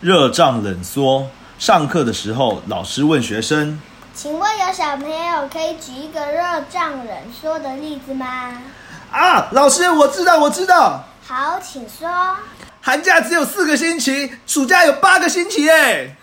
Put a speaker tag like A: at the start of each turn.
A: 热胀冷缩。上课的时候，老师问学生
B: 请问有小朋友可以举一个热胀冷缩的例子吗？：“
A: 啊，老师，我知道，我知道，
B: 好，请说。
A: 寒假只有四个星期，暑假有八个星期，哎。”